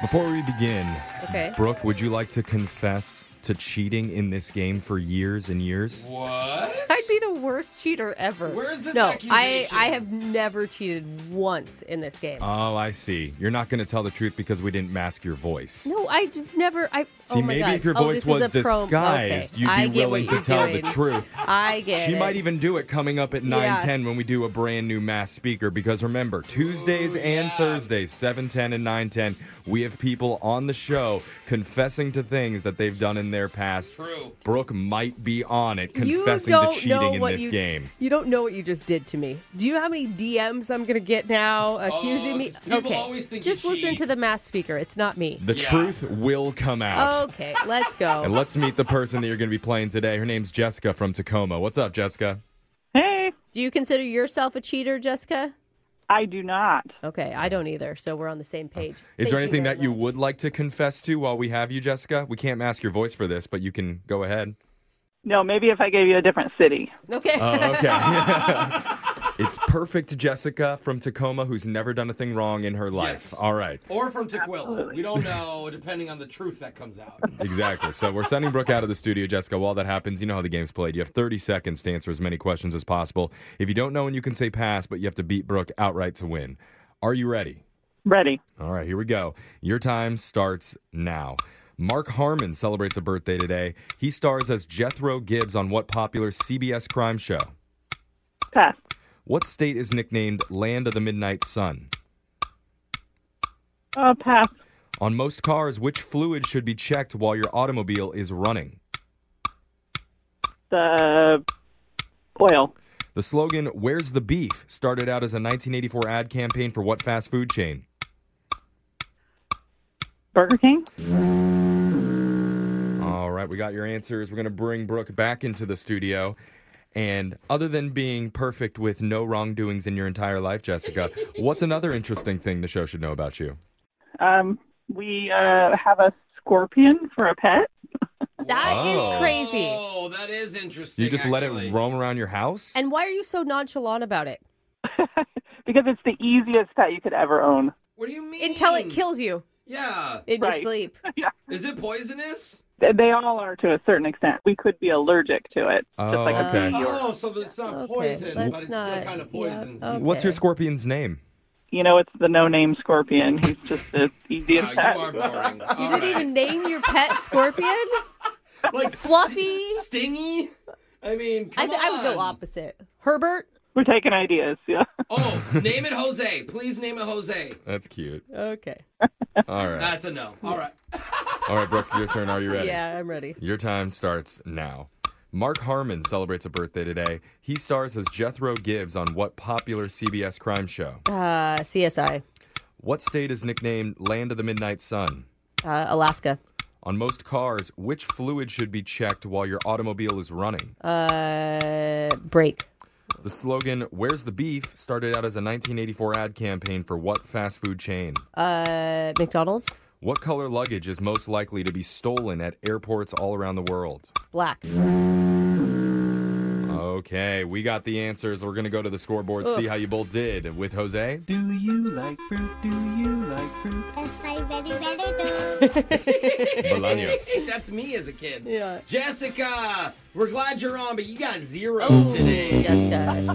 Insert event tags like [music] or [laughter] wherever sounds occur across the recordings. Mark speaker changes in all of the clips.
Speaker 1: Before we begin,
Speaker 2: Okay.
Speaker 1: Brooke, would you like to confess to cheating in this game for years and years?
Speaker 3: What?
Speaker 2: I'd be the worst cheater ever.
Speaker 3: Where's this
Speaker 2: No, I
Speaker 3: accusation?
Speaker 2: I have never cheated once in this game.
Speaker 1: Oh, I see. You're not going to tell the truth because we didn't mask your voice.
Speaker 2: no, I've never. I
Speaker 1: See,
Speaker 2: oh my
Speaker 1: maybe
Speaker 2: God.
Speaker 1: if your
Speaker 2: Oh,
Speaker 1: voice
Speaker 2: this is
Speaker 1: was
Speaker 2: a prom-
Speaker 1: disguised,
Speaker 2: okay.
Speaker 1: you'd be
Speaker 2: I get what
Speaker 1: willing to
Speaker 2: you're
Speaker 1: tell
Speaker 2: doing.
Speaker 1: the truth.
Speaker 2: I get.
Speaker 1: She
Speaker 2: it.
Speaker 1: might even do it coming up at 9:10
Speaker 2: Yeah.
Speaker 1: when we do a brand new mass speaker because remember, Tuesdays and Thursdays 7:10 and 9:10, we have people on the show confessing to things that they've done in their past.
Speaker 3: True.
Speaker 1: Brooke might be on it
Speaker 2: You
Speaker 1: confessing to
Speaker 2: don't know
Speaker 1: cheating in
Speaker 2: what
Speaker 1: this
Speaker 2: you-
Speaker 1: game.
Speaker 2: You don't know what you just did to me. Do you know how many DMs I'm gonna get now accusing
Speaker 1: Oh,
Speaker 2: me?
Speaker 3: people
Speaker 2: okay,
Speaker 3: always think you
Speaker 2: just listen
Speaker 3: cheat.
Speaker 2: to the mass speaker. It's not me.
Speaker 1: The
Speaker 3: Yeah.
Speaker 1: truth will come out.
Speaker 2: Okay, let's
Speaker 1: And [laughs]
Speaker 2: go.
Speaker 1: let's meet the person that you're going to be playing today. Her name's Jessica from Tacoma. What's up, Jessica?
Speaker 4: Hey,
Speaker 2: Do you consider yourself a cheater, Jessica?
Speaker 4: I do not.
Speaker 2: Okay, I don't either. So we're on the same page.
Speaker 1: Is
Speaker 2: Thank
Speaker 1: there anything
Speaker 2: very
Speaker 1: that you
Speaker 2: much.
Speaker 1: would like to confess to while we have you, Jessica? We can't mask your voice for this, but you can go ahead.
Speaker 4: No, maybe if I gave you a different city.
Speaker 2: Okay.
Speaker 1: Oh, okay. it's perfect Jessica from Tacoma who's never done a thing wrong in her life.
Speaker 3: Yes.
Speaker 1: All right.
Speaker 3: Or from Tequila. We don't know, depending on the truth that comes out.
Speaker 1: Exactly. So we're sending Brooke out of the studio, Jessica. While that happens, you know how the game's played. You have 30 seconds to answer as many questions as possible. If you don't know, and you can say pass, but you have to beat Brooke outright to win. Are you ready?
Speaker 4: Ready.
Speaker 1: All right, here we go. Your time starts now. Mark Harmon celebrates a birthday today. He stars as Jethro Gibbs on what popular CBS crime show?
Speaker 4: Pass.
Speaker 1: What state is nicknamed Land of the Midnight Sun?
Speaker 4: Uh, pass.
Speaker 1: On most cars, which fluid should be checked while your automobile is running?
Speaker 4: The oil.
Speaker 1: The slogan, Where's the Beef, started out as a 1984 ad campaign for what fast food chain?
Speaker 4: Burger King.
Speaker 1: All right, we got your answers. We're going to bring Brooke back into the studio. And other than being perfect with no wrongdoings in your entire life,
Speaker 2: [laughs]
Speaker 1: Jessica, what's another interesting thing the show should know about you?
Speaker 4: Um, we uh, have a scorpion for a pet.
Speaker 2: [laughs] That is
Speaker 1: Wow.
Speaker 2: crazy.
Speaker 3: Oh, that is interesting.
Speaker 1: You just let
Speaker 3: actually.
Speaker 1: it roam around your house?
Speaker 2: And why are you so nonchalant about it?
Speaker 4: because it's the easiest pet you could ever own.
Speaker 3: What do you mean?
Speaker 2: Until it kills you
Speaker 3: Yeah.
Speaker 2: in your
Speaker 4: Right.
Speaker 2: sleep.
Speaker 3: [laughs] Is it poisonous?
Speaker 4: They- They all are to a certain extent. We could be allergic to it,
Speaker 1: Oh,
Speaker 4: just like
Speaker 1: okay.
Speaker 4: a bee. Or,
Speaker 3: Oh, so it's not
Speaker 2: Okay,
Speaker 3: poison,
Speaker 2: let's
Speaker 3: but it's
Speaker 2: not-
Speaker 3: still kind of
Speaker 2: yeah,
Speaker 3: poisons.
Speaker 2: okay.
Speaker 1: What's your scorpion's name?
Speaker 4: you know, it's the no-name scorpion. He's just the
Speaker 3: Wow,
Speaker 4: easiest
Speaker 3: you
Speaker 4: pet.
Speaker 3: are boring.
Speaker 2: You didn't even name your pet scorpion?
Speaker 3: [laughs] like
Speaker 2: Fluffy?
Speaker 3: stingy. I mean,
Speaker 2: I,
Speaker 3: come
Speaker 2: th- I would go
Speaker 3: on.
Speaker 2: opposite. Herbert?
Speaker 4: We're taking ideas. [laughs] Yeah.
Speaker 3: Oh, name it Jose. Please name it Jose.
Speaker 1: That's cute.
Speaker 2: Okay.
Speaker 1: All
Speaker 2: [laughs]
Speaker 1: right.
Speaker 3: That's a no. All right.
Speaker 1: All right, Brooke, it's your turn. Are you ready?
Speaker 2: Yeah, I'm ready.
Speaker 1: Your time starts now. Mark Harmon celebrates a birthday today. He stars as Jethro Gibbs on what popular CBS crime show?
Speaker 2: Uh, CSI,
Speaker 1: What state is nicknamed Land of the Midnight Sun?
Speaker 2: uh, Alaska,
Speaker 1: On most cars, which fluid should be checked while your automobile is running?
Speaker 2: uh, break,
Speaker 1: The slogan, Where's the Beef, started out as a 1984 ad campaign for what fast food chain?
Speaker 2: uh, McDonald's,
Speaker 1: What color luggage is most likely to be stolen at airports all around the world?
Speaker 2: black.
Speaker 1: Okay, we got the answers. We're going to go to the scoreboard, see how you both did with Jose.
Speaker 5: Do you like fruit? Do you like
Speaker 6: [laughs]
Speaker 5: fruit?
Speaker 6: Yes, I very, very do.
Speaker 3: [laughs]
Speaker 1: Bolaños.
Speaker 3: That's me as a kid.
Speaker 2: Yeah.
Speaker 3: Jessica, we're glad you're on, but you got zero
Speaker 1: Oh.
Speaker 3: today.
Speaker 2: Jessica.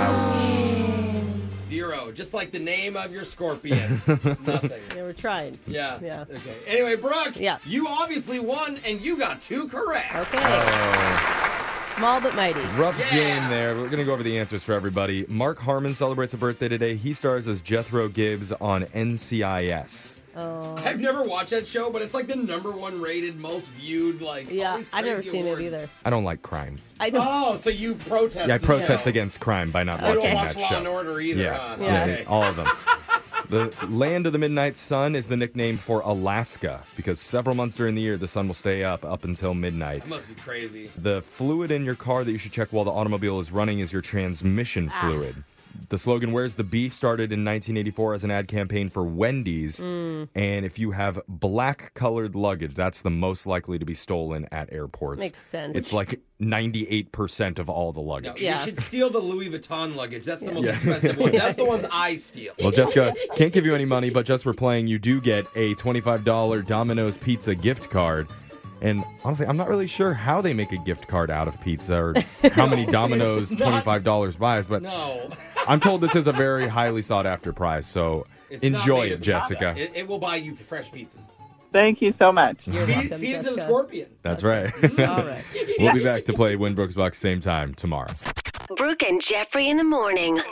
Speaker 1: Ouch.
Speaker 3: Zero. Just like the name of your scorpion.
Speaker 1: [laughs]
Speaker 3: it's nothing.
Speaker 2: They were trying.
Speaker 3: Yeah.
Speaker 2: Yeah.
Speaker 3: Okay. Anyway, Brooke,
Speaker 2: Yeah.
Speaker 3: you obviously won and you got two correct.
Speaker 2: Okay.
Speaker 1: Oh.
Speaker 2: Small but mighty.
Speaker 1: Rough
Speaker 3: Yeah.
Speaker 1: game there. We're going to go over the answers for everybody. Mark Harmon celebrates a birthday today. He stars as Jethro Gibbs on NCIS.
Speaker 2: Oh,
Speaker 3: I've never watched that show, but it's like the number one rated, most viewed, like all
Speaker 2: Yeah,
Speaker 3: these
Speaker 2: I've never
Speaker 3: crazy
Speaker 2: seen
Speaker 3: awards.
Speaker 2: it either.
Speaker 1: I don't like crime.
Speaker 2: I don't.
Speaker 3: [laughs] Oh, so you protest.
Speaker 1: Yeah, I protest
Speaker 3: show.
Speaker 1: against crime by not
Speaker 3: You
Speaker 1: watching
Speaker 3: don't watch
Speaker 1: that
Speaker 3: Law
Speaker 1: show.
Speaker 3: and Order either.
Speaker 1: yeah,
Speaker 3: huh?
Speaker 1: yeah,
Speaker 3: Okay.
Speaker 1: all of them. The Land of the Midnight Sun is the nickname for Alaska because several months during the year the sun will stay up up until midnight.
Speaker 3: That must be crazy.
Speaker 2: Ah.
Speaker 1: The fluid in your car that you should check while the automobile is running is your transmission fluid. The slogan "Where's the Beef" started in 1984 as an ad campaign for Wendy's,
Speaker 2: Mm.
Speaker 1: and if you have black-colored luggage, that's the most likely to be stolen at airports.
Speaker 2: Makes sense.
Speaker 1: It's like 98% of all the luggage.
Speaker 3: No,
Speaker 2: Yeah.
Speaker 3: You should steal the Louis Vuitton luggage. That's the most expensive one. That's the ones I steal.
Speaker 1: [laughs] Well, Jessica, can't give you any money, but just for playing, you do get a $25 Domino's Pizza gift card. And honestly, I'm not really sure how they make a gift card out of
Speaker 3: [laughs]
Speaker 1: pizza or how many Domino's
Speaker 3: it's not-
Speaker 1: $25 buys, but
Speaker 3: No.
Speaker 1: I'm told this is a very highly sought after prize. So
Speaker 3: It's not
Speaker 1: enjoy
Speaker 3: made
Speaker 1: it,
Speaker 3: of
Speaker 1: Jessica.
Speaker 3: It, it will buy you fresh pizzas.
Speaker 4: Thank you so much.
Speaker 2: You're
Speaker 3: Feed,
Speaker 2: welcome,
Speaker 3: feed it to the
Speaker 2: Jessica.
Speaker 3: scorpion. [laughs]
Speaker 1: That's right.
Speaker 3: Mm-hmm.
Speaker 2: All right.
Speaker 1: we'll be back to play Winbrook's Bucks same time tomorrow.
Speaker 7: Brooke and Jeffrey in the morning.